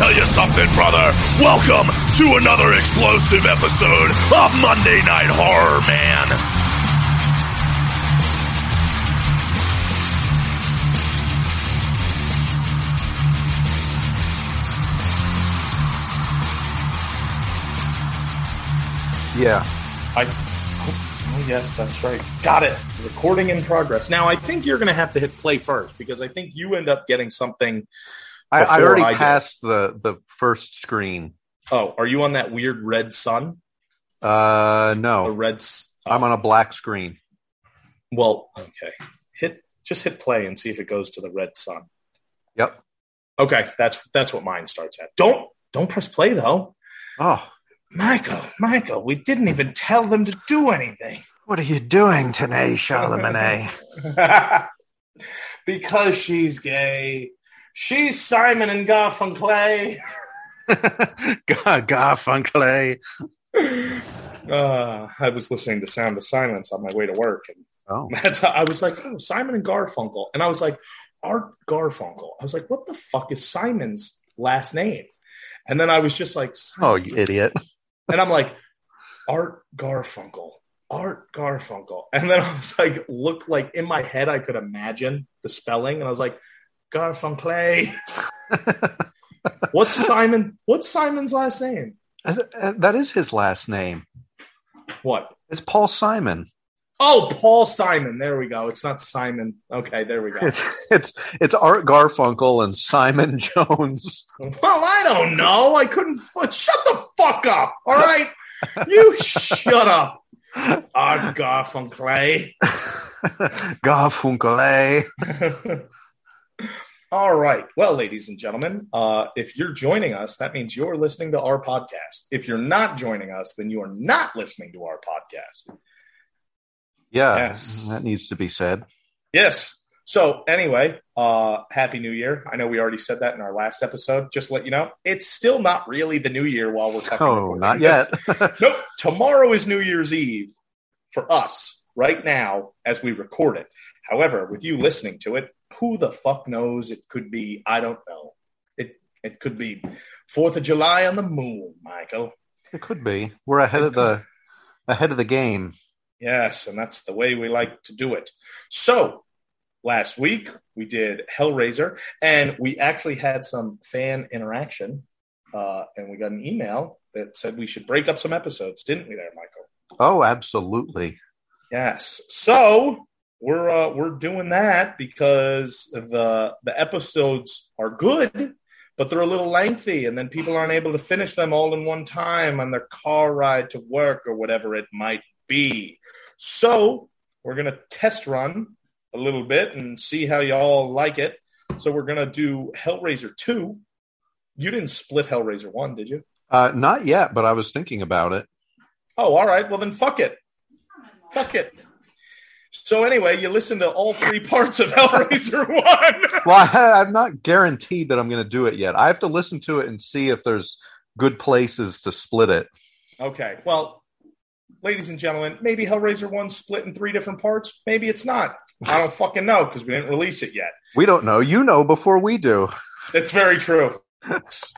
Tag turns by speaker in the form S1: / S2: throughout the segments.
S1: tell you something, brother? Welcome to another explosive episode of Monday Night Horror, man.
S2: Yeah.
S3: I. Oh, yes, that's right. Got it. Recording in progress. Now, I think you're going to have to hit play first because I think you end up getting something.
S2: I, I
S3: Before
S2: already
S3: I did.
S2: passed the, the first screen.
S3: Oh, are you on that weird red sun?
S2: Uh,
S3: The
S2: no,
S3: red. s- uh,
S2: I'm on a black screen.
S3: Well, okay. Hit just hit play and see if it goes to the red sun.
S2: Yep.
S3: Okay, that's that's what mine starts at. Don't don't press play though,
S2: Oh,
S3: Michael. Michael, we didn't even tell them to do anything.
S2: what are you doing today,
S3: Charlemagne? because she's gay. She's Simon and Garfunkel. eh?
S2: Garfunkel.
S3: uh, I was listening to Sound of Silence on my way to work, and
S2: Oh,
S3: that's how I was like, "Oh, Simon and Garfunkel," and I was like, "Art Garfunkel." I was like, "What the fuck is Simon's last name?" And then I was just like,
S2: oh, you idiot!
S3: and I'm like, Art Garfunkel, Art Garfunkel. And then I was like, looked like in my head, I could imagine the spelling. And I was like, Garfunkel. What's Simon? What's Simon's last name?
S2: Uh, that is his last name.
S3: What?
S2: It's Paul Simon.
S3: Oh, Paul Simon. There we go. It's not Simon. Okay, there we go.
S2: It's it's it's Art Garfunkel and Simon Jones.
S3: well, I don't know. I couldn't. f- Shut the fuck up. All right. You shut up. Art Garfunkel.
S2: Garfunkel.
S3: All right. Well, ladies and gentlemen, uh, if you're joining us, that means you're listening to our podcast. If you're not joining us, then you are not listening to our podcast.
S2: Yeah,
S3: Yes.
S2: that needs to be said.
S3: Yes. So, anyway, uh, Happy New Year. I know we already said that in our last episode. Just to let you know, it's still not really the new year while we're talking.
S2: Oh, not yet.
S3: Nope. Tomorrow is New Year's Eve for us right now as we record it. However, with you listening to it, who the fuck knows? It could be, I don't know. It it could be Fourth of July on the moon, Michael.
S2: It could be. We're ahead of the ahead of the game.
S3: Yes, and that's the way we like to do it. So last week we did Hellraiser, and we actually had some fan interaction, uh, and we got an email that said we should break up some episodes, didn't we, there, Michael?
S2: Oh, absolutely.
S3: Yes. So we're uh, we're doing that because the the episodes are good, but they're a little lengthy, and then people aren't able to finish them all in one time on their car ride to work or whatever it might be. So we're gonna test run a little bit and see how y'all like it. So we're gonna do Hellraiser two. You didn't split Hellraiser one, did you?
S2: Uh, not yet, but I was thinking about it.
S3: Oh, all right. Well, then fuck it. Fuck it. So anyway, you listen to all three parts of Hellraiser One.
S2: Well, I, I'm not guaranteed that I'm going to do it yet. I have to listen to it and see if there's good places to split it.
S3: okay. Well, ladies and gentlemen, maybe Hellraiser One split in three different parts. Maybe it's not. I don't fucking know because we didn't release it yet.
S2: We don't know. You know before we do.
S3: That's very true.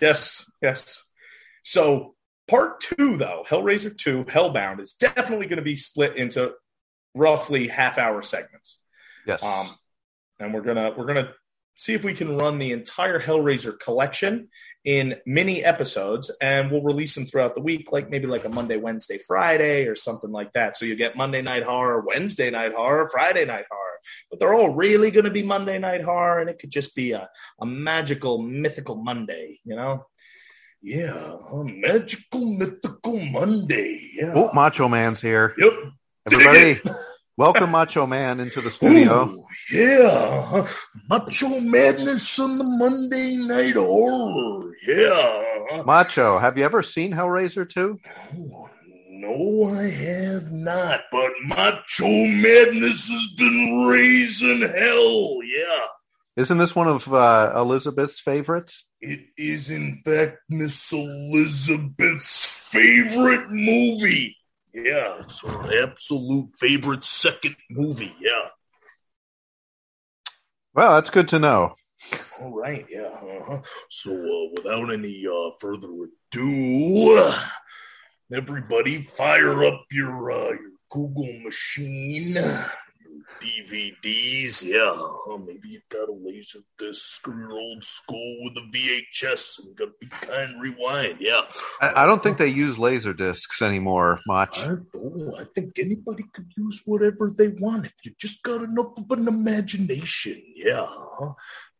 S3: yes, yes. So part two, though, Hellraiser Two, Hellbound, is definitely going to be split into roughly half-hour segments.
S2: Yes.
S3: Um, and we're gonna we're gonna see if we can run the entire Hellraiser collection in mini episodes, and we'll release them throughout the week, like maybe like a Monday, Wednesday, Friday, or something like that. So you get Monday night horror, Wednesday night horror, Friday night horror, but they're all really gonna be Monday night horror, and it could just be a, a magical, mythical Monday, you know. Yeah, a magical, mythical Monday. Yeah.
S2: oh, Macho Man's here.
S3: Yep.
S2: Everybody, welcome Macho Man into the studio.
S3: Ooh, yeah. huh? Macho Madness on the Monday Night Horror. Yeah.
S2: Macho, have you ever seen Hellraiser 2?
S3: Oh, no, I have not. But Macho Madness has been raising hell. Yeah.
S2: Isn't this one of uh, Elizabeth's favorites?
S3: It is, in fact, Miss Elizabeth's favorite movie. Yeah. It's her absolute favorite second movie. Yeah.
S2: Well, that's good to know.
S3: All right, yeah. uh-huh. So, uh, without any uh, further ado, everybody, fire up your uh, your Google machine, your DVDs. Yeah, uh, maybe you've got a laser disc or your old school with a VHS and got to be kind, rewind. Yeah,
S2: I, I don't think they use laser discs anymore much.
S3: I don't know. I think anybody could use whatever they want if you just got enough of an imagination. Yeah. huh?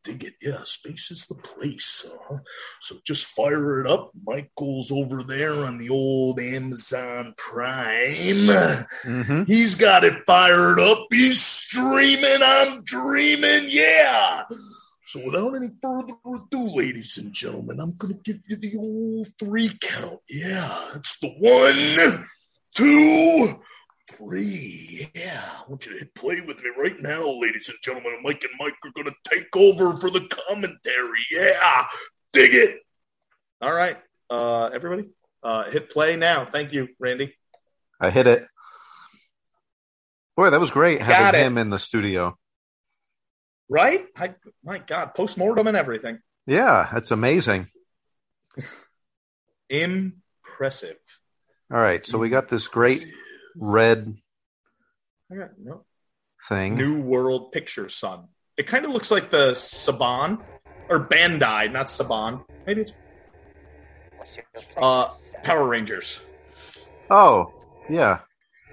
S3: Dig it. Yeah. Space is the place. huh? So just fire it up. Michael's over there on the old Amazon Prime.
S1: Mm-hmm.
S2: hmm
S3: He's got it fired up. He's streaming. I'm dreaming. Yeah. So without any further ado, ladies and gentlemen, I'm going to give you the old three count. Yeah. It's the one, two, three. Yeah. I want you to hit play with me right now, ladies and gentlemen. And Mike and Mike are going to take over for the commentary. Yeah. Dig it. All right. Uh, everybody, uh, hit play now. Thank you, Randy.
S2: I hit it. Boy, that was great
S3: Got
S2: having
S3: it.
S2: him in the studio.
S3: Right? I, my God, postmortem and everything.
S2: Yeah, that's amazing.
S3: Impressive.
S2: All right, so we got this great red
S3: I got no
S2: thing.
S3: New World Picture Sun. It kind of looks like the Saban or Bandai, not Saban. Maybe it's uh, Power Rangers.
S2: Oh, yeah,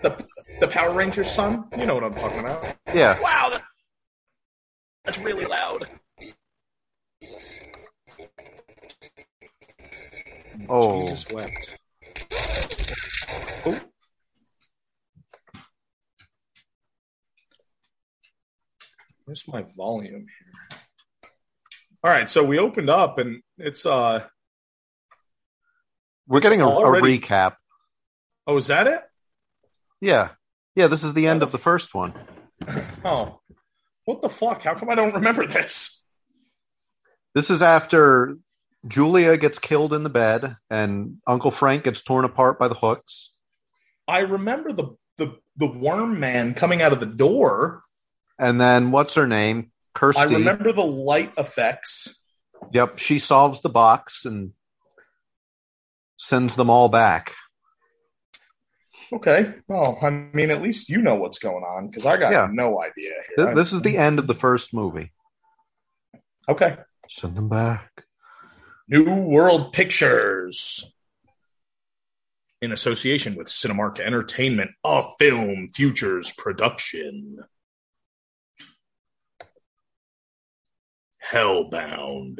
S3: The the Power Rangers Sun. You know what I'm talking about.
S2: yeah.
S3: Wow, that, that's really loud.
S2: Oh,
S3: Jesus wept. Oh. Where's my volume here? All right, so we opened up and it's uh
S2: we're getting a, a
S3: already-
S2: recap.
S3: oh is that it?
S2: Yeah, yeah. This is the end of the first one.
S3: Oh. What the fuck? How come I don't remember this?
S2: This is after Julia gets killed in the bed, and Uncle Frank gets torn apart by the hooks.
S3: I remember the the the worm man coming out of the door.
S2: And then what's her name? Kirsty.
S3: I remember the light effects.
S2: Yep, she solves the box and sends them all back.
S3: Okay. Well, I mean, at least you know what's going on because I got
S2: Yeah.
S3: no idea. Here.
S2: Th- this is the end of the first movie.
S3: okay.
S2: Send them back.
S3: New World Pictures. In association with Cinemark Entertainment, a film futures production. Hellbound.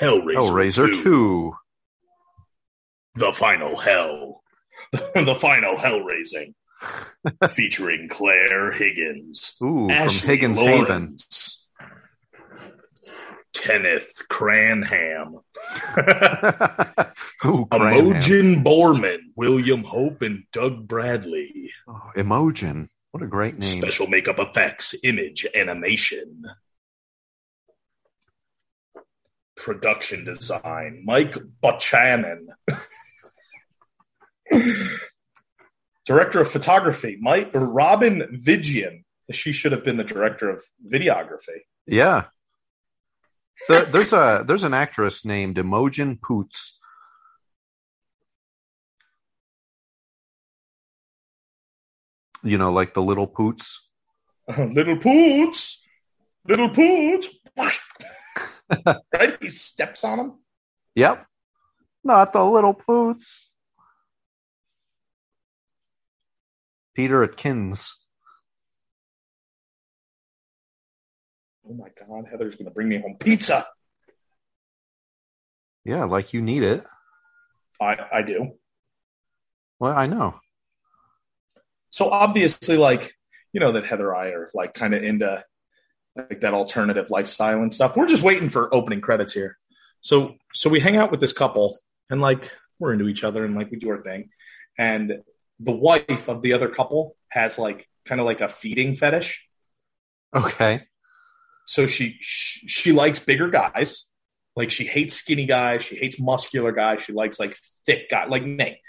S3: Hellraiser,
S2: Hellraiser
S3: 2.
S2: 2.
S3: The Final Hell. the Final Hellraising. Featuring Claire Higgins.
S2: Ooh, from
S3: Ashley
S2: Higgins Haven.
S3: Lawrence. Kenneth Cranham.
S2: Ooh, Emoji.
S3: Emojin Borman, William Hope, and Doug Bradley.
S2: Oh, Emojin. What a great name.
S3: Special makeup effects, image, animation. Production design, Mike Buchanan. director of photography, Mike or Robin Vigian. She should have been the director of videography.
S2: Yeah. There, there's a there's an actress named Emojin Poots. You know, like the little poots.
S3: little poots, little poots. right? He steps on him.
S2: Yep. Not the little poots. Peter Atkins.
S3: Oh my God, Heather's going to bring me home pizza.
S2: Yeah, like you need it.
S3: I, I do.
S2: Well, I know.
S3: So obviously, like, you know, that Heather and I are like kind of into like that alternative lifestyle and stuff. We're just waiting for opening credits here. So, so we hang out with this couple and like we're into each other and like we do our thing. And the wife of the other couple has like kind of like a feeding fetish.
S2: Okay.
S3: so she, she she likes bigger guys like she hates skinny guys she hates muscular guys she likes like thick guy like me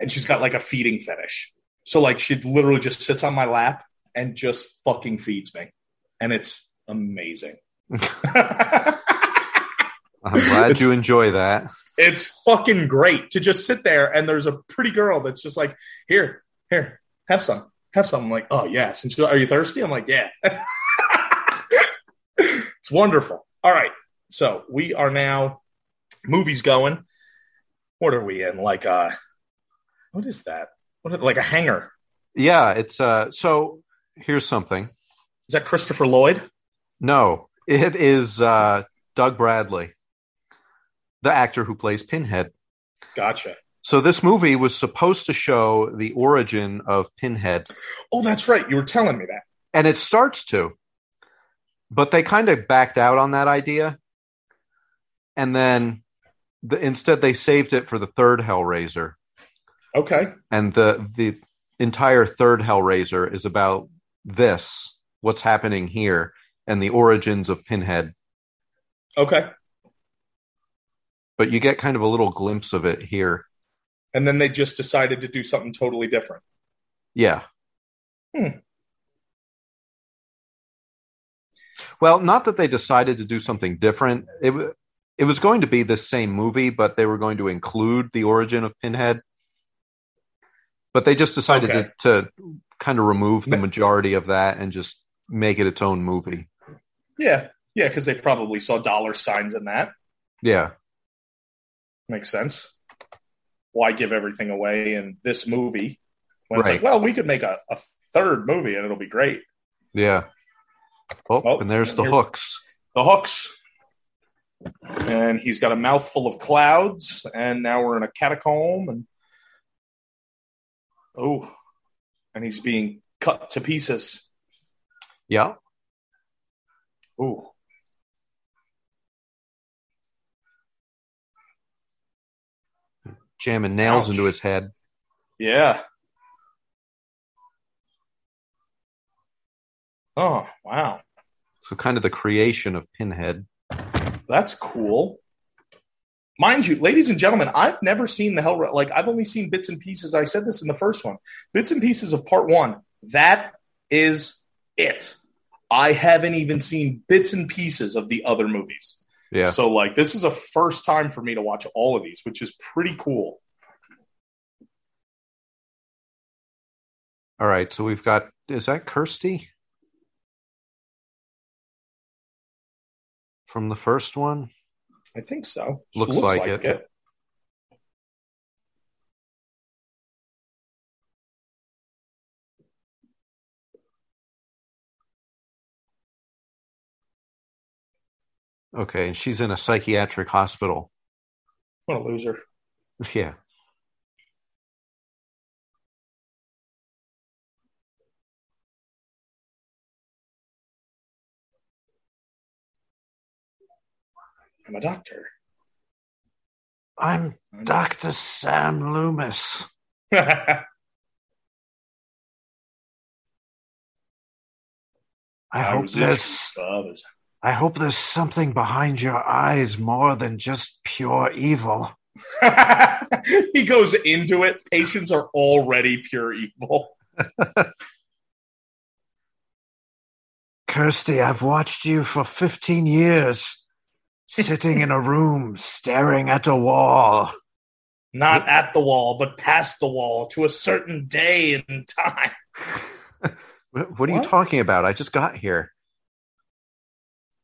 S3: and she's got like a feeding fetish so like she literally just sits on my lap and just fucking feeds me and it's amazing.
S2: I'm glad
S3: It's-
S2: you enjoy that.
S3: it's fucking great to just sit there and there's a pretty girl that's just like, here, here, have some, have some. I'm like, oh yes. And she's like, are you thirsty? I'm like, yeah. it's wonderful. All right. So we are now movies going. What are we in? Like uh what is that? What is, like a hanger.
S2: Yeah, it's uh so here's something.
S3: Is that Christopher Lloyd?
S2: No, it is uh Doug Bradley, the actor who plays Pinhead.
S3: Gotcha.
S2: So this movie was supposed to show the origin of Pinhead,
S3: Oh, that's right. You were telling me that.
S2: and it starts to. But they kind of backed out on that idea. And then the, instead they saved it for the third Hellraiser.
S3: Okay.
S2: and the the entire third Hellraiser is about this, what's happening here, and the origins of Pinhead.
S3: Okay.
S2: But you get kind of a little glimpse of it here.
S3: And then they just decided to do something totally different.
S2: Yeah.
S3: Hmm.
S2: Well, not that they decided to do something different. It wa- it was going to be the same movie, but they were going to include the origin of Pinhead. But they just decided
S3: Okay.
S2: to, to kind of remove the
S3: Ma-
S2: majority of that and just make it its own movie.
S3: Yeah, yeah, because they probably saw dollar signs in that.
S2: Yeah.
S3: Makes sense. Why give everything away in this movie? When it's
S2: Right.
S3: like, well, we could make a, a third movie and it'll be great.
S2: Yeah. Oh,
S3: Oh,
S2: and there's
S3: and
S2: the
S3: here-
S2: hooks.
S3: The hooks. And he's got a mouthful of clouds, and now we're in a catacomb and oh and he's being cut to pieces.
S2: Yeah.
S3: Ooh.
S2: Jamming nails
S3: Ouch.
S2: into his head.
S3: Yeah. Oh, wow.
S2: So kind of the creation of Pinhead.
S3: That's cool. Mind you, ladies and gentlemen, I've never seen the Hellra Like I've only seen bits and pieces. I said this in the first one, bits and pieces of part one. That is it. I haven't even seen bits and pieces of the other movies.
S2: Yeah.
S3: So like this is a first time for me to watch all of these, which is pretty cool.
S2: All right. So we've got is that Kirsty? From the first one?
S3: I think so. She
S2: Looks like it. Okay, and she's in a psychiatric hospital.
S3: What a loser.
S2: Yeah.
S3: I'm a doctor.
S2: I'm Dr. Sam Loomis. I,
S3: I
S2: hope
S3: was literally
S2: there's
S3: father's
S2: I hope there's something behind your eyes more than just pure evil.
S3: he goes into it. Patients are already pure evil.
S2: Kirsty, I've watched you for 15 years, sitting in a room, staring at a wall.
S3: Not at the wall, but past the wall to a certain day and time.
S2: What, what are you
S3: What?
S2: talking about? I just got here.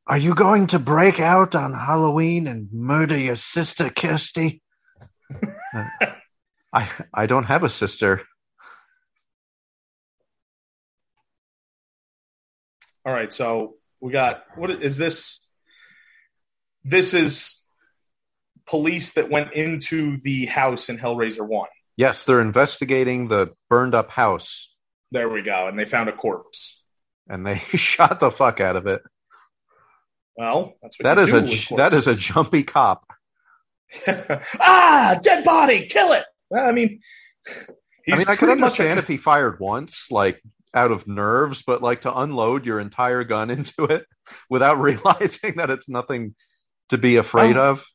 S2: Are you going to break out on Halloween and murder your sister, Kirsty? Uh, I I don't have a sister.
S3: All right, so we got what is this? This is police that went into the house in Hellraiser 1.
S2: Yes, they're investigating the burned up house
S3: There we go. And they found a corpse.
S2: and they shot the fuck out of it.
S3: Well, that's what
S2: That
S3: you
S2: is
S3: do
S2: a
S3: with
S2: j- that is a jumpy cop.
S3: corpses. ah, dead body, kill it. I mean, he's
S2: I mean, I could
S3: pretty much a-
S2: understand if he fired once, like out of nerves, but like to unload your entire gun into it without realizing that it's nothing to be afraid of.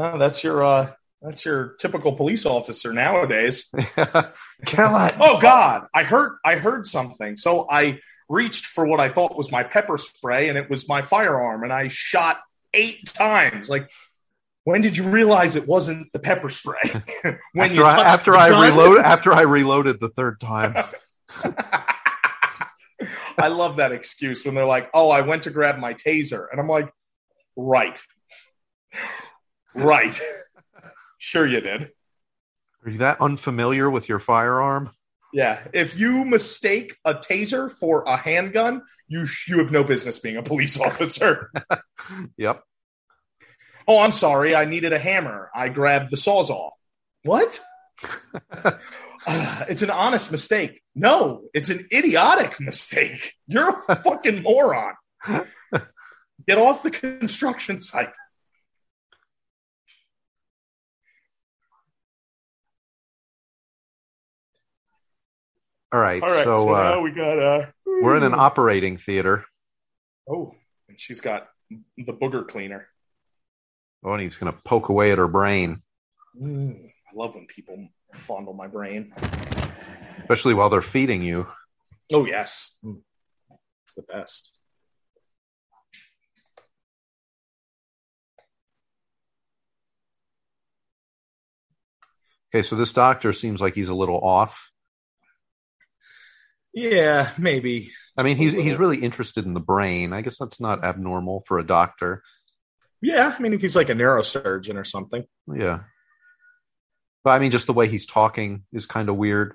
S3: Oh, that's your uh, that's your typical police officer nowadays.
S2: Kill it.
S3: Oh God, I heard I heard something. So I reached for what I thought was my pepper spray, and it was my firearm, and I shot eight times. Like, when did you realize it wasn't the pepper spray? when
S2: after I,
S3: touched
S2: after
S3: the
S2: I
S3: gun?
S2: reload after I reloaded the third time.
S3: I love that excuse when they're like, "Oh, I went to grab my taser," and I'm like, "Right, right, sure you did."
S2: Are you that unfamiliar with your firearm?
S3: Yeah, if you mistake a taser for a handgun, you you have no business being a police officer.
S2: Yep.
S3: oh, I'm sorry, I needed a hammer. I grabbed the sawzall. What? "Ah, it's an honest mistake. No, it's an idiotic mistake. You're a fucking moron. Get off the construction site.
S2: All right.
S3: All right,
S2: so
S3: so,
S2: uh,
S3: now we got uh
S2: we're in an operating theater.
S3: Oh, and she's got the booger cleaner.
S2: Oh, and he's going to poke away at her brain,
S3: Mm, I love when people fondle my brain.
S2: especially while they're feeding you.
S3: Oh yes, Mm. it's the best.
S2: Okay, so this doctor seems like he's a little off.
S3: Yeah, maybe.
S2: I mean,
S3: Just a
S2: he's he's
S3: little.
S2: really interested in the brain. I guess that's not abnormal for a doctor.
S3: Yeah, I mean, if he's like a neurosurgeon or something.
S2: Yeah. But I mean, just the way he's talking is kind of weird.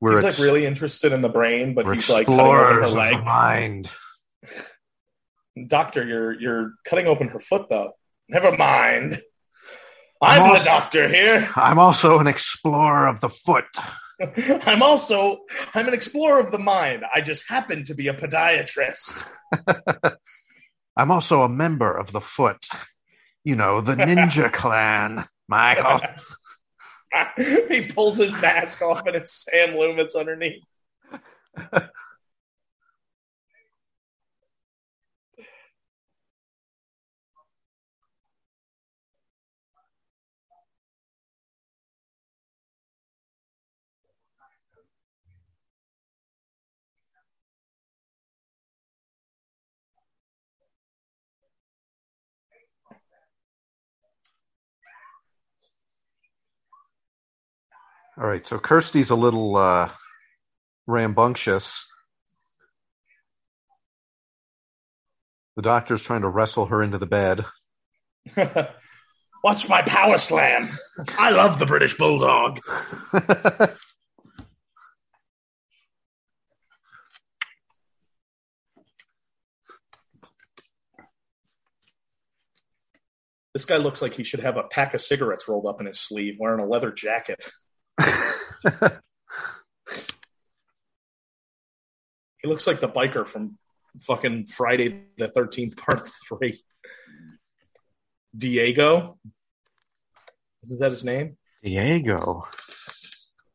S2: We're
S3: he's
S2: ex-
S3: like really interested in the brain, but
S2: we're
S3: he's like cutting open her
S2: explorers of the
S3: leg.
S2: mind.
S3: Doctor, you're you're cutting open her foot though. Never mind. I'm
S2: I'm
S3: the
S2: also-
S3: doctor here.
S2: I'm also an explorer of the foot.
S3: I'm also I'm an explorer of the mind. I just happen to be a podiatrist.
S2: I'm also a member of the foot. You know, the ninja clan, Michael.
S3: he pulls his mask off and it's Sam Loomis underneath.
S2: All right, so Kirsty's a little uh, rambunctious. The doctor's trying to wrestle her into the bed.
S3: Watch my power slam. I love the British Bulldog. This guy looks like he should have a pack of cigarettes rolled up in his sleeve, wearing a leather jacket. He looks like the biker from fucking Friday the 13th, part three. Diego? Is that his name?
S2: Diego.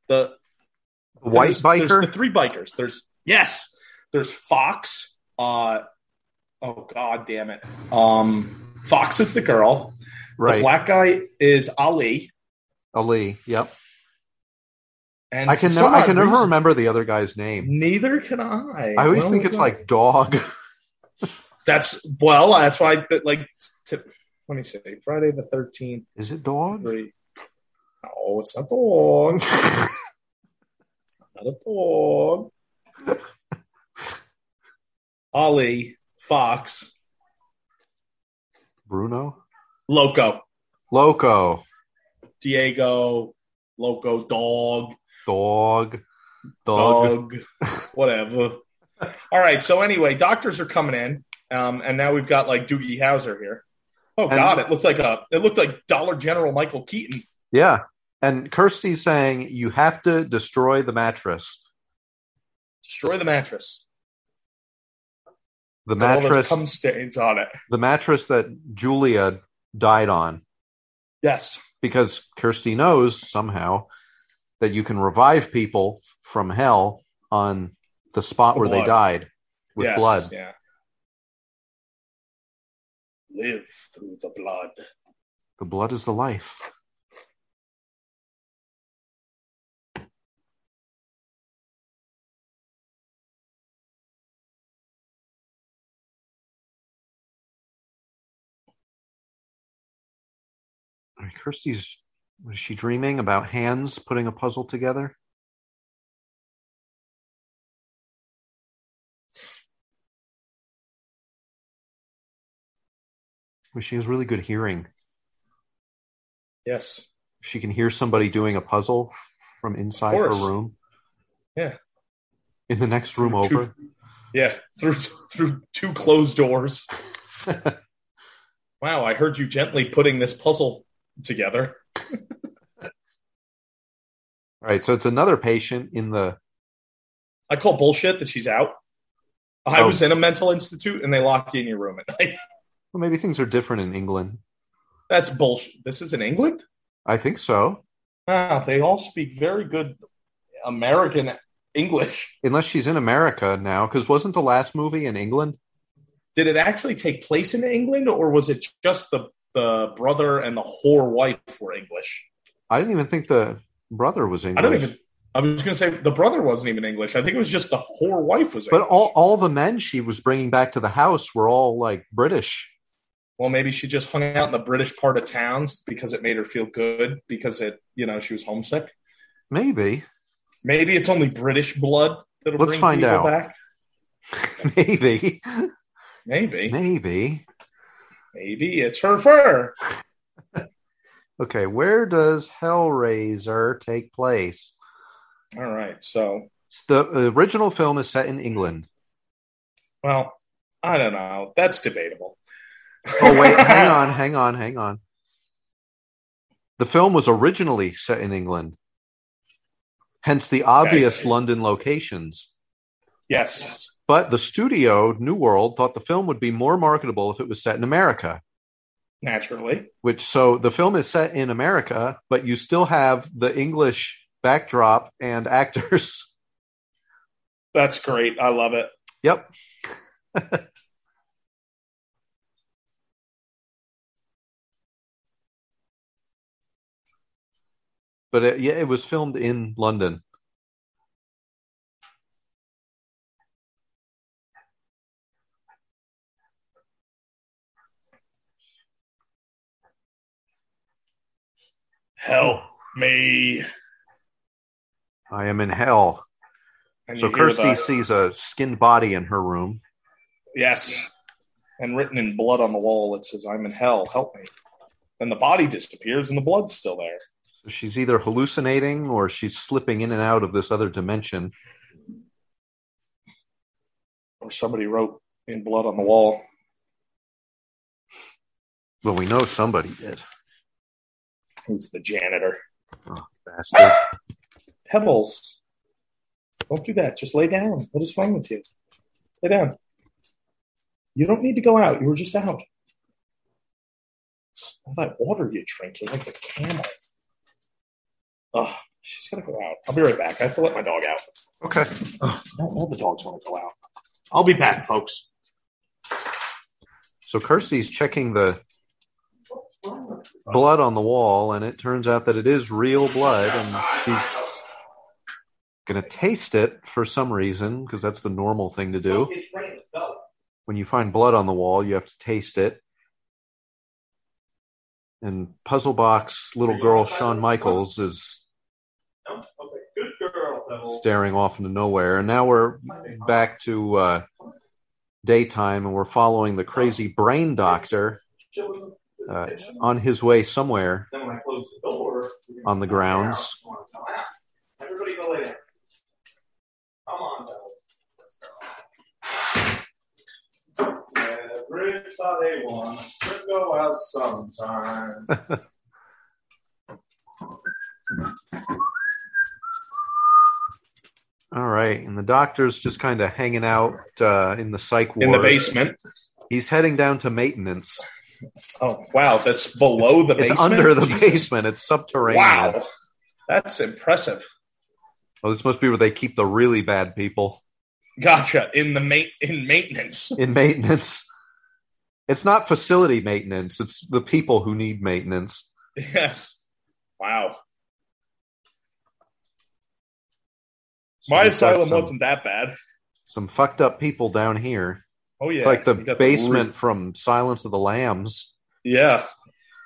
S3: The
S2: The white
S3: there's,
S2: biker?
S3: There's the three bikers. There's yes. There's Fox. Uh, oh god damn it. Um, Fox is the girl.
S2: right.
S3: The black guy is Ali.
S2: Ali. Yep.
S3: And
S2: I can
S3: for
S2: never,
S3: some
S2: I
S3: odd
S2: can never
S3: reason-
S2: remember the other guy's name.
S3: Neither can I.
S2: I always
S3: Well,
S2: think it's
S3: no.
S2: like dog.
S3: that's well. That's why. But like, t- let me see. Friday the thirteenth.
S2: Is it dog?
S3: Three. No, it's not dog. Not a dog. Ali Fox
S2: Bruno?
S3: Loco.
S2: Loco.
S3: Diego, Loco, Dog,
S2: Dog. Dog.
S3: Dog, whatever. All right. So anyway, doctors are coming in, um, and now we've got like Doogie Howser here. Oh
S2: And-
S3: God, it looked like a it looked like Dollar General Michael Keaton.
S2: Yeah. And Kirsty's saying you have to destroy the mattress.
S3: Destroy the mattress.
S2: The
S3: Got all those
S2: mattress
S3: cum stains on it.
S2: the mattress that Julia died on
S3: Yes.
S2: because Kirsty knows somehow that you can revive people from hell on the spot where
S3: With
S2: they
S3: blood.
S2: died with
S3: Yes.
S2: blood.
S3: Yeah. Live through the blood.
S2: The blood is the life. right, Kirsty's was she dreaming about hands putting a puzzle together? Well, she has really good hearing.
S3: Yes.
S2: She can hear somebody doing a puzzle from inside her
S3: course.
S2: room.
S3: Yeah.
S2: In the next room
S3: Through two-
S2: over.
S3: Yeah, through through two closed doors. Wow, I heard you gently putting this puzzle together.
S2: All right, so it's another patient in the
S3: I call bullshit that she's out. I
S2: Oh.
S3: was in a mental institute and they lock you in your room at night.
S2: well maybe things are different in England.
S3: That's bullshit. This is in England?
S2: I think so.
S3: Ah, they all speak very good American English.
S2: Unless she's in America now, because wasn't the last movie in England?
S3: Did it actually take place in England or was it just the, the brother and the whore wife were English?
S2: I didn't even think the brother was English.
S3: I don't even. I was going to say the brother wasn't even English. I think it was just the whore wife was English.
S2: But all, all the men she was bringing back to the house were all like British.
S3: well, maybe she just hung out in the British part of towns because it made her feel good because it, you know, she was homesick.
S2: Maybe.
S3: Maybe it's only British blood that'll
S2: Let's
S3: bring
S2: find
S3: people
S2: out.
S3: back.
S2: Maybe.
S3: Maybe,
S2: Maybe.
S3: maybe it's her fur.
S2: Okay, where does Hellraiser take place?
S3: All right, so
S2: The original film is set in England.
S3: well, I don't know. That's debatable.
S2: Oh wait, hang on, hang on, hang on. The film was originally set in England. Hence the obvious London locations.
S3: Yes,
S2: But the studio, New World, thought the film would be more marketable if it was set in America.
S3: naturally.
S2: Which so the film is set in America, but you still have the English backdrop and actors.
S3: That's great. I love it.
S2: Yep. but it, yeah, it was filmed in London.
S3: Help me.
S2: I am in hell.
S3: And
S2: So
S3: you hear the-
S2: Kirsty sees a skinned body in her room.
S3: Yes. And written in blood on the wall, it says, I'm in hell, help me. Then the body disappears and the blood's still there.
S2: She's either hallucinating or she's slipping in and out of this other dimension.
S3: Or somebody wrote in blood on the wall.
S2: Well, we know somebody did.
S3: Who's the janitor?
S2: Bastard.
S3: Pebbles. Don't do that. Just lay down. What is wrong with you? Lay down. You don't need to go out. You were just out. All that water you drink, you're like a camel. Ugh, she's gonna go out. I'll be right back. I have to let my dog out.
S2: Okay.
S3: No, all the dogs want to go out. I'll be back, folks.
S2: So Kirsty's checking the blood on the wall, and it turns out that it is real blood, and she's going to taste it for some reason because that's the normal thing to do. When you find blood on the wall, you have to taste it. And Puzzle Box little girl Shawn Michaels is staring off into nowhere, and now we're back to uh, daytime, and we're following the crazy brain doctor uh, on his way somewhere on the grounds.
S4: Everybody wants to go out sometime.
S2: All right, and the doctor's just kind of hanging out uh, in the psych ward.
S3: In the basement.
S2: He's heading down to maintenance.
S3: Oh wow, that's below the
S2: It's
S3: basement.
S2: under the
S3: Jesus.
S2: basement. It's subterranean.
S3: Wow, that's impressive.
S2: Oh, this must be where they keep the really bad people
S3: Gotcha. In the main in maintenance.
S2: in maintenance. It's not facility maintenance. It's the people who need maintenance.
S3: Yes. Wow.
S2: So
S3: My
S2: we've got
S3: asylum
S2: some,
S3: wasn't that bad.
S2: some fucked up people down here.
S3: Oh yeah.
S2: it's like the
S3: You got
S2: basement
S3: roof.
S2: from Silence of the Lambs.
S3: yeah.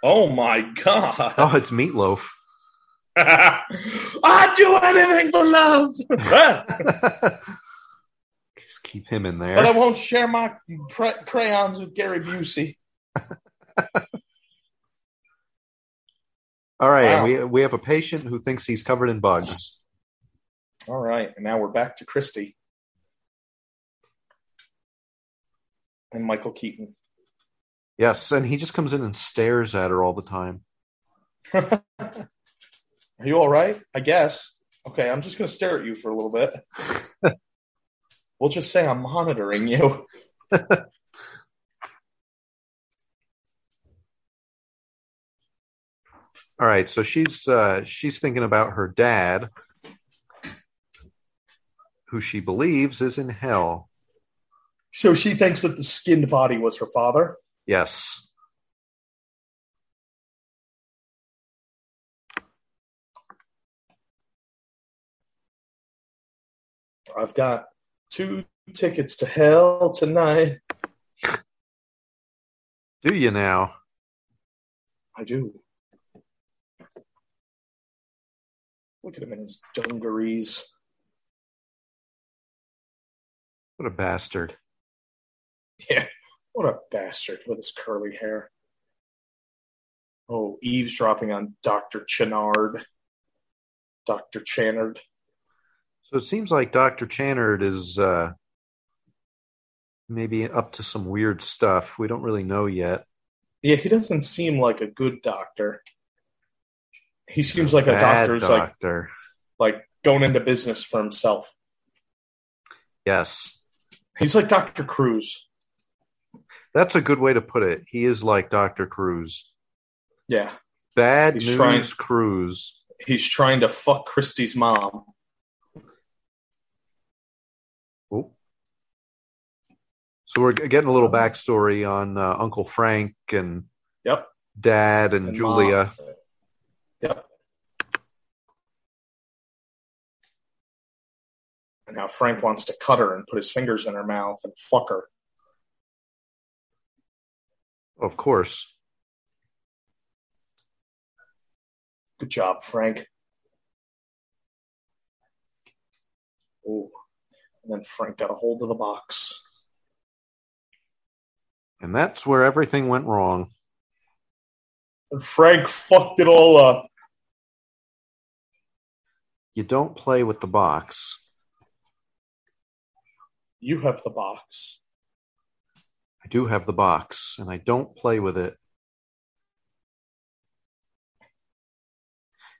S3: Oh my god.
S2: Oh, it's meatloaf.
S3: I'd do anything for love. but
S2: Just keep him in
S3: I
S2: there.
S3: won't share my cray- crayons with Gary Busey.
S2: All right, and
S3: Wow.
S2: we we have a patient who thinks he's covered in bugs.
S3: All right, and now we're back to Christie and Michael Keaton.
S2: Yes, and he just comes in and stares at her all the time.
S3: Are you all right? I guess. Okay, I'm just going to stare at you for a little bit. we'll just say I'm monitoring you.
S2: All right, so she's uh, she's thinking about her dad, who she believes is in hell.
S3: So she thinks that the skinned body was her father.
S2: Yes.
S3: I've got two tickets to hell tonight.
S2: Do you now?
S3: I do. Look at him in his dungarees.
S2: What a bastard.
S3: Yeah, what a bastard with his curly hair. Oh, eavesdropping on Dr. Chenard. Dr. Channard.
S2: So it seems like Dr. Channard is uh, maybe up to some weird stuff. We don't really know yet.
S3: Yeah, he doesn't seem like a good doctor. He seems like a
S2: Bad
S3: doctor who's like
S2: doctor.
S3: like going into business for himself.
S2: Yes.
S3: He's like Dr. Cruz.
S2: That's a good way to put it. He is like Dr. Cruz.
S3: Yeah.
S2: Bad
S3: He's
S2: news
S3: trying-
S2: Cruz.
S3: He's trying to fuck Christie's mom.
S2: Oh. So we're g- getting a little backstory on uh, Uncle Frank and
S3: Yep.
S2: Dad and,
S3: and
S2: Julia.
S3: mom. Yep. And now Frank wants to cut her and put his fingers in her mouth and fuck her.
S2: Of course.
S3: Good job, Frank. Ooh. And then Frank got a hold of the box.
S2: And that's where everything went wrong.
S3: And Frank fucked it all up.
S2: You don't play with the box.
S3: You have the box.
S2: I do have the box, and I don't play with it.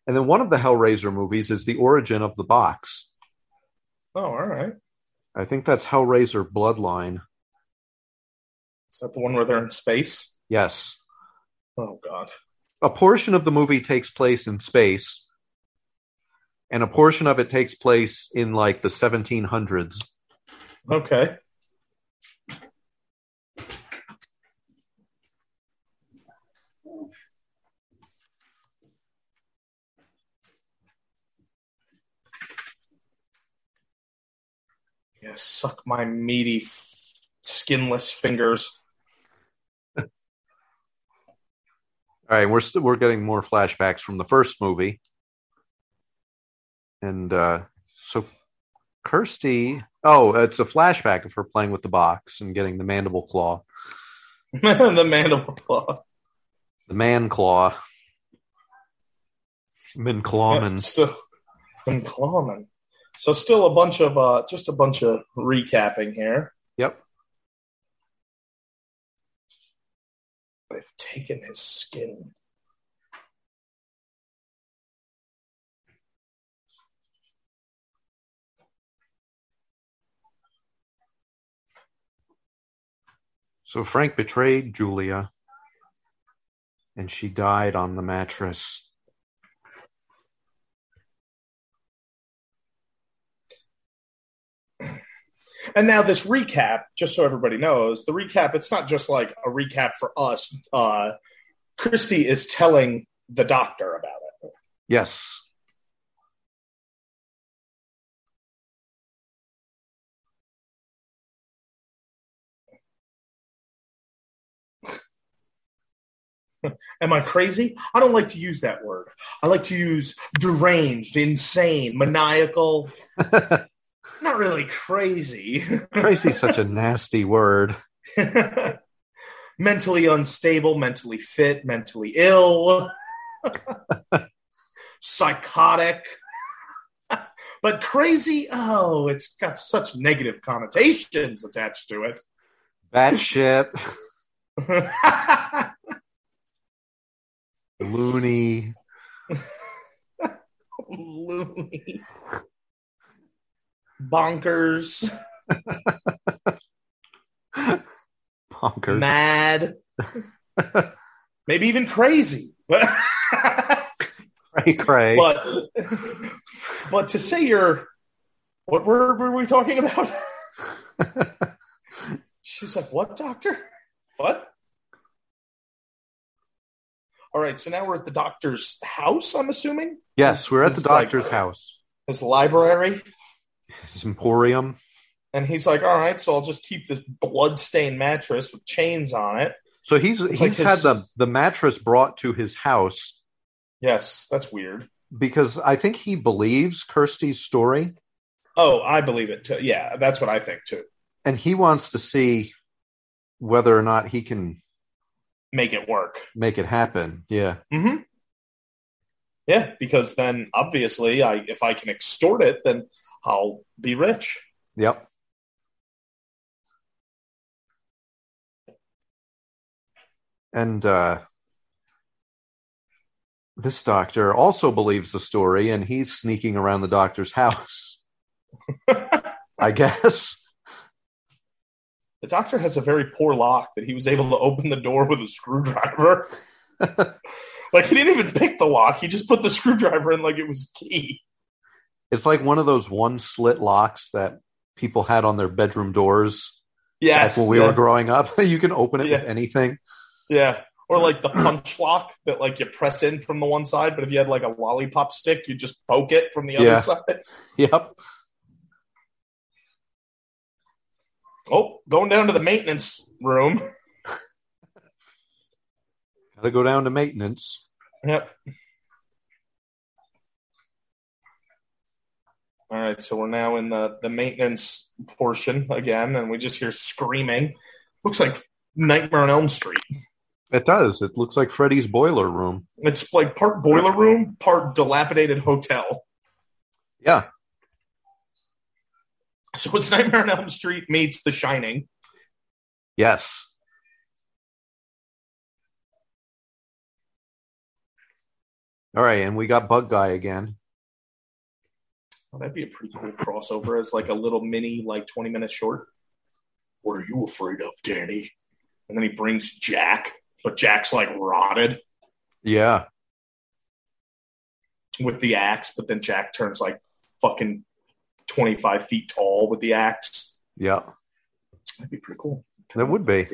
S2: And then one of the Hellraiser movies is The Origin of the Box.
S3: Oh, all right.
S2: I think that's Hellraiser Bloodline.
S3: Is that the one where they're in space?
S2: Yes.
S3: Oh, God.
S2: A portion of the movie takes place in space, and a portion of it takes place in like the 1700s.
S3: Okay. Yeah, suck my meaty, f- skinless fingers.
S2: All right, we're st- we're getting more flashbacks from the first movie, and uh, so Kirsty. Oh, it's a flashback of her playing with the box and getting the mandible claw,
S3: the mandible claw.
S2: the man claw, min clawman.
S3: Still, and clawman. So, still a bunch of, uh, just a bunch of recapping here.
S2: Yep.
S3: They've taken his skin.
S2: So Frank betrayed Julia, and she died on the mattress.
S3: And now this recap, just so everybody knows, the recap, it's not just like a recap for us. Uh, Christy is telling the doctor about it.
S2: Yes.
S3: Am I crazy? I don't like to use that word. I like to use deranged, insane, maniacal. Not really crazy.
S2: Crazy's such a nasty word.
S3: mentally unstable, mentally fit, mentally ill, psychotic. but crazy, oh, it's got such negative connotations attached to it.
S2: Bat shit, loony.
S3: Loony. Bonkers,
S2: Bonkers.
S3: mad, maybe even crazy. But
S2: Cray cray.
S3: but but to say you're what word were we talking about? She's like, "What, doctor? What?" All right, so now we're at the doctor's house. I'm assuming
S2: yes, we're at the
S3: It's like-
S2: doctor's house.
S3: his library,
S2: His emporium.
S3: and he's like, "All right, so I'll just keep this blood-stained mattress with chains on it."
S2: So he's
S3: It's
S2: he's
S3: like
S2: had
S3: his-
S2: the, the mattress brought to his house
S3: Yes, that's weird.
S2: because I think he believes Kirsty's story
S3: Oh, I believe it too. Yeah, that's what I think too.
S2: and he wants to see whether or not he can
S3: Make it work.
S2: make it happen. Yeah.
S3: hmm Yeah, because then obviously, I if I can extort it, then I'll be rich.
S2: Yep. And uh, this doctor also believes the story, and he's sneaking around the doctor's house. I guess.
S3: The doctor has a very poor lock that he was able to open the door with a screwdriver. like he didn't even pick the lock; he just put the screwdriver in like it was key.
S2: It's like one of those one slit locks that people had on their bedroom doors
S3: Yes,
S2: back when we
S3: yeah,
S2: were growing up. you can open it
S3: Yeah.
S2: with anything.
S3: yeah. Or like the punch lock that like you press in from the one side, but if you had like a lollipop stick, you just poke it from the
S2: Yeah.
S3: other side.
S2: Yep.
S3: Oh, going down to the maintenance room.
S2: Got to go down to maintenance.
S3: Yep. All right, so we're now in the, the maintenance portion again, and we just hear screaming. Looks like Nightmare on Elm Street.
S2: It does. It looks like Freddy's boiler room.
S3: It's like part boiler room, part dilapidated hotel.
S2: Yeah.
S3: So it's Nightmare on Elm Street meets The Shining.
S2: Yes. All right, and we got Bug Guy again.
S3: Well, that'd be a pretty cool crossover as like a little mini, like 20 minute short. What are you afraid of, Danny? And then he brings Jack, but Jack's like rotted.
S2: Yeah.
S3: with the axe, but then Jack turns like fucking 25 feet tall with the axe.
S2: Yeah.
S3: That'd be pretty cool.
S2: That would be.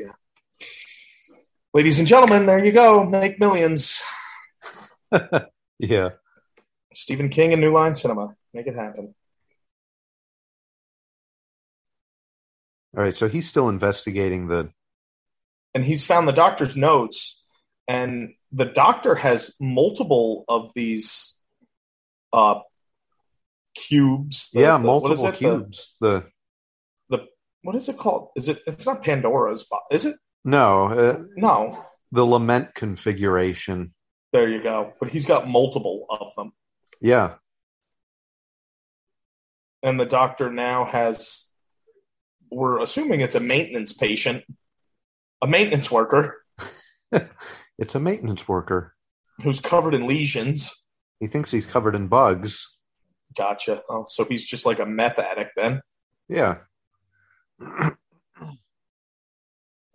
S3: Ladies and gentlemen, there you go. Make millions.
S2: Yeah.
S3: Stephen King and New Line Cinema. Make it happen.
S2: All right, so he's still investigating the
S3: And he's found the doctor's notes, and the doctor has multiple of these uh, cubes. The-
S2: yeah,
S3: the- what is
S2: multiple
S3: it? The-
S2: cubes. The,
S3: what is it called? Is it? It's not Pandora's box, is it?
S2: no, uh,
S3: No.
S2: the lament configuration.
S3: There you go. But he's got multiple of them.
S2: Yeah.
S3: and the doctor now has we're assuming it's a maintenance patient a maintenance worker
S2: It's a maintenance worker.
S3: who's covered in lesions
S2: He thinks he's covered in bugs.
S3: gotcha oh, so he's just like a meth addict then
S2: Yeah.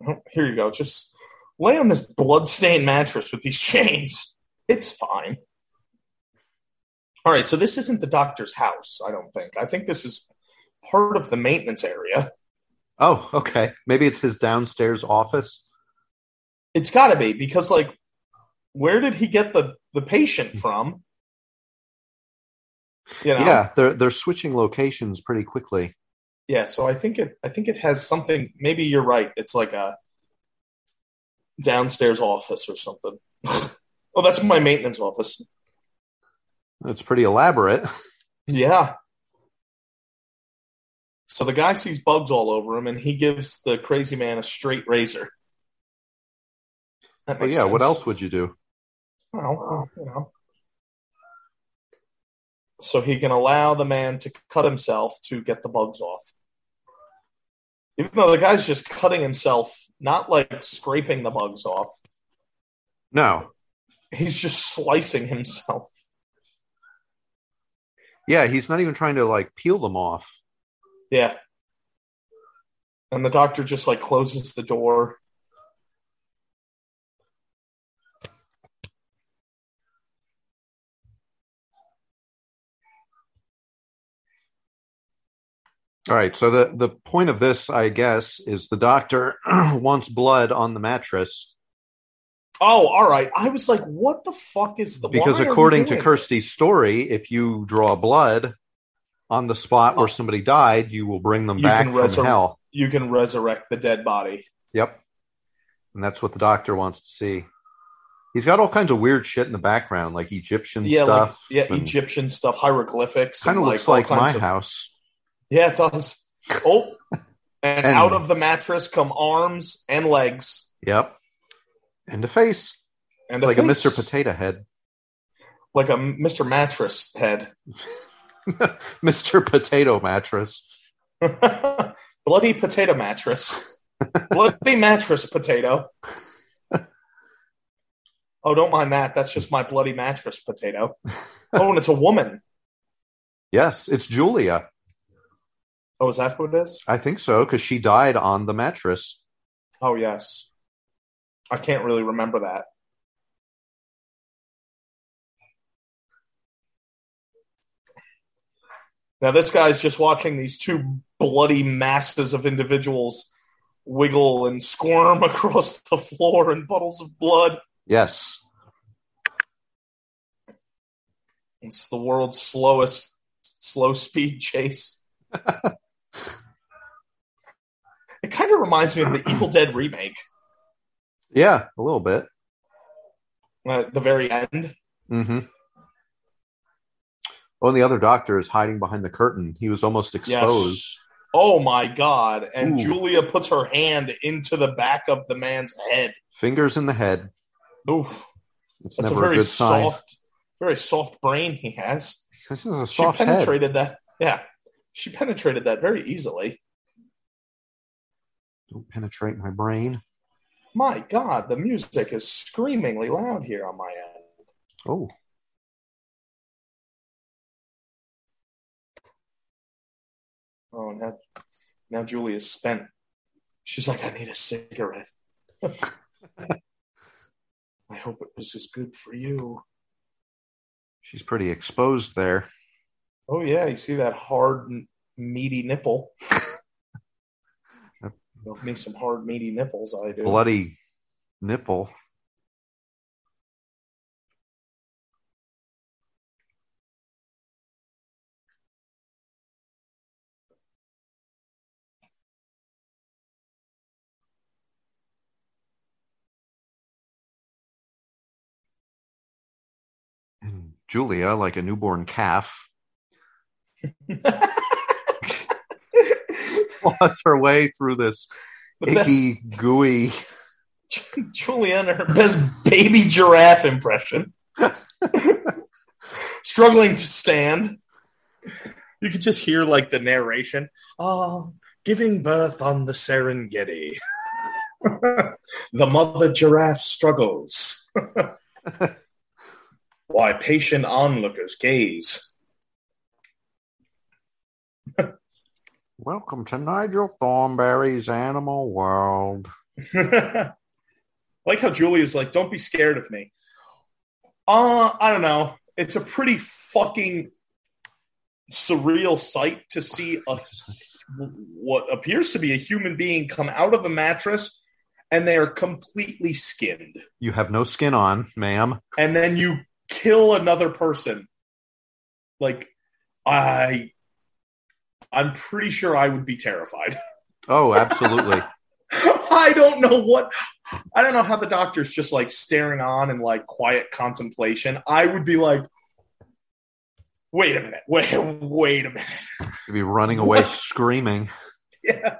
S3: Oh, here you go just lay on this blood-stained mattress with these chains it's fine all right so this isn't the doctor's house i don't think i think this is part of the maintenance area
S2: Oh, okay. Maybe it's his downstairs office.
S3: it's got to be because like where did he get the the patient from you know
S2: Yeah, they're they're switching locations pretty quickly.
S3: Yeah, so i think it i think it has something maybe you're right it's like a downstairs office or something. oh, that's my maintenance office.
S2: That's pretty elaborate.
S3: Yeah. So the guy sees bugs all over him, and he gives the crazy man a straight razor. That
S2: Well,
S3: makes
S2: yeah, what
S3: sense.
S2: else would you do?
S3: Well, you know. So he can allow the man to cut himself to get the bugs off. Even though the guy's just cutting himself, not like scraping the bugs off,
S2: No.
S3: he's just slicing himself.
S2: Yeah, he's not even trying to like peel them off.
S3: Yeah. And the doctor just like closes the door.
S2: All right, so the the point of this, I guess, is the doctor wants blood on the mattress
S3: Oh, all right. I was like, what the fuck is the
S2: because
S3: why are we
S2: according to
S3: doing
S2: Kirsty's story, if you draw blood on the spot where somebody died, you will bring them
S3: Oh. You
S2: back
S3: can
S2: from
S3: resurrect-
S2: hell.
S3: you can resurrect the dead body.
S2: Yep. And that's what the doctor wants to see. He's got all kinds of weird shit in the background, like Egyptian
S3: Yeah, like-
S2: stuff.
S3: yeah, Egyptian stuff, hieroglyphics.
S2: Kind of
S3: and,
S2: Hmm. looks
S3: all
S2: like my
S3: kinds of-
S2: house.
S3: Yeah, it does. Oh,
S2: And-
S3: and, out of the mattress come arms and legs
S2: Yep. And a face.
S3: and
S2: like a
S3: face.
S2: Mr. Potato Head.
S3: like a Mr. Mattress head.
S2: Mr. Potato Mattress.
S3: Bloody potato mattress. Bloody mattress potato. Oh, don't mind that. That's just my bloody mattress potato. Oh, and it's a woman.
S2: Yes, it's Julia.
S3: Oh, is that who it is?
S2: I think so, because she died on the mattress.
S3: Oh, yes. I can't really remember that. Now, this guy's just watching these two bloody masses of individuals wiggle and squirm across the floor in puddles of blood.
S2: Yes.
S3: It's the world's slowest slow speed chase. it kind of reminds me of the Evil Dead remake
S2: Yeah, a little bit.
S3: at uh, the very end.
S2: Mm-hmm. Oh, and the other doctor is hiding behind the curtain. He was almost exposed.
S3: Yes. Oh my God. And
S2: Ooh.
S3: Julia puts her hand into the back of the man's head.
S2: Fingers in the head.
S3: Oof.
S2: It's
S3: That's a
S2: never a,
S3: very
S2: good sign.
S3: soft, very soft brain he has.
S2: This is a
S3: She
S2: soft head.
S3: penetrated that. Yeah. She penetrated that very easily.
S2: Don't penetrate my brain.
S3: My God, the music is screamingly loud here on my end.
S2: Oh,
S3: Oh, now, now Julia's spent. She's like, I need a cigarette. I hope it was as good for you.
S2: she's pretty exposed there.
S3: Oh, yeah. You see that hard, n- meaty nipple? Love me some hard, meaty nipples. I do.
S2: Bloody nipple. And Julia, like a newborn calf, claws her way through this
S3: the best,
S2: icky, gooey.
S3: Juliana, her best baby giraffe impression. Struggling to stand.
S4: You could just hear like the narration.
S3: Oh, giving birth on the Serengeti. the mother giraffe struggles. Why patient onlookers gaze.
S2: Welcome to Nigel Thornberry's Animal World.
S3: I like how Julia's like, don't be scared of me. Uh, I don't know. It's a pretty fucking surreal sight to see a, what appears to be a human being come out of a mattress and they are completely skinned.
S2: You have no skin on, ma'am.
S3: and then you kill another person like i i'm pretty sure i would be terrified
S2: Oh, absolutely.
S3: I don't know what. I don't know how the doctor's just like staring on in like quiet contemplation. I would be like, wait a minute, wait, wait a minute.
S2: You'd be running away
S3: What?
S2: screaming.
S3: Yeah.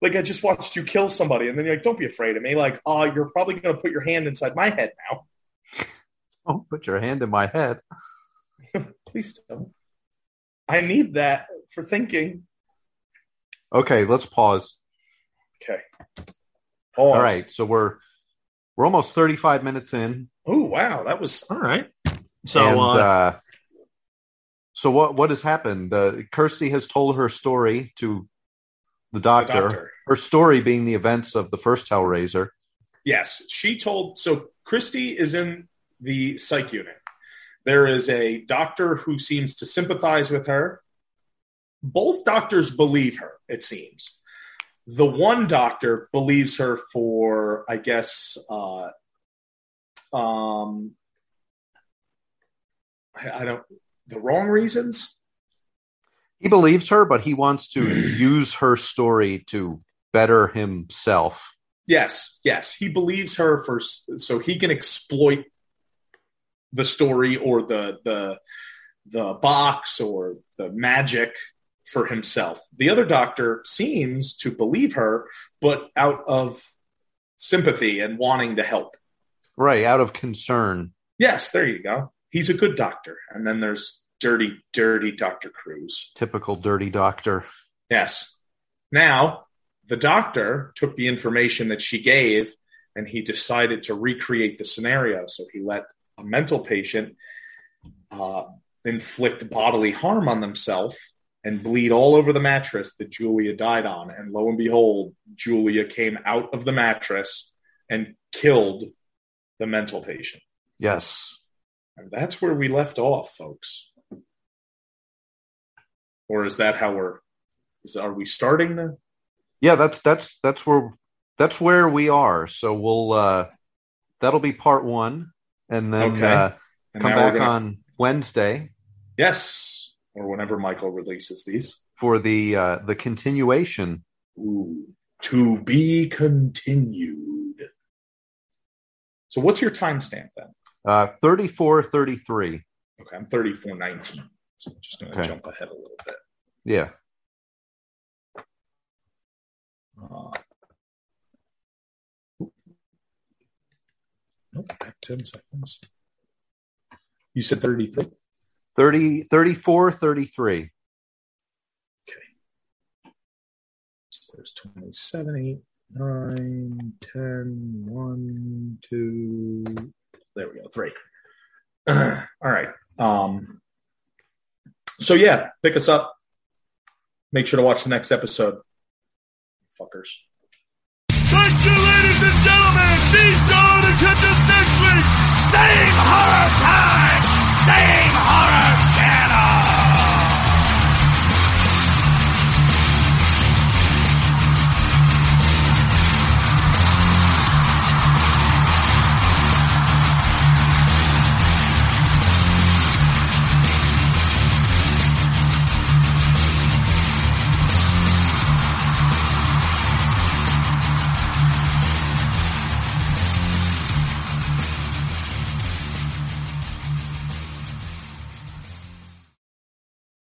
S3: Like I just watched you kill somebody, and then you're like, "Don't be afraid of me." Like, oh, you're probably going to put your hand inside my head now.
S2: Oh, put your hand in my head.
S3: Please don't. I need that for thinking.
S2: Okay, let's pause.
S3: Okay. Pause.
S2: All right, so we're we're almost 35 minutes in.
S3: Oh wow, that was all right. So
S2: and,
S3: uh,
S2: uh, so what what has happened? Uh, Kirsty has told her story to the doctor,
S3: doctor.
S2: Her story being the events of the first Hellraiser.
S3: Yes, she told. So Christy is in the psych unit. There is a doctor who seems to sympathize with her. Both doctors believe her, it seems. The one doctor believes her for, I guess, uh, um, I, I don't, the wrong reasons.
S2: He believes her, but he wants to use her story to better himself.
S3: Yes, yes, he believes her for so he can exploit the story or the the the box or the magic for himself. The other doctor seems to believe her, but out of sympathy and wanting to help.
S2: Right, out of concern.
S3: Yes, there you go. He's a good doctor. And then there's dirty, dirty Doctor Cruz.
S2: Typical dirty doctor.
S3: Yes. Now, the doctor took the information that she gave and he decided to recreate the scenario. So he let a mental patient uh, inflict bodily harm on themselves and bleed all over the mattress that Julia died on. And lo and behold, Julia came out of the mattress and killed the mental patient.
S2: Yes.
S3: And that's where we left off, folks. Or is that how we're? Is, are we starting the
S2: Yeah, that's that's that's where that's where we are. So we'll uh that'll be part 1 and then
S3: Okay.
S2: uh,
S3: And
S2: come
S3: now we're
S2: back
S3: gonna-
S2: on Wednesday
S3: Yes. Or whenever Michael releases these.
S2: for the uh the continuation.
S3: Ooh. To be continued. So what's your timestamp then?
S2: Uh 3433.
S3: Okay, I'm 3419. So I'm just going to
S2: Okay.
S3: jump ahead a little bit.
S2: Yeah.
S3: Uh, nope, back 10 seconds. You said 33.
S2: 30 3433.
S3: So there's 27, 8, 9, 10, 1, 2, there we go, 3. All right. Um, so, yeah, pick us up. Make sure to watch the next episode. Fuckers.
S1: Thank you, ladies and gentlemen. Be sure to catch us next week. Same horror time. Same horror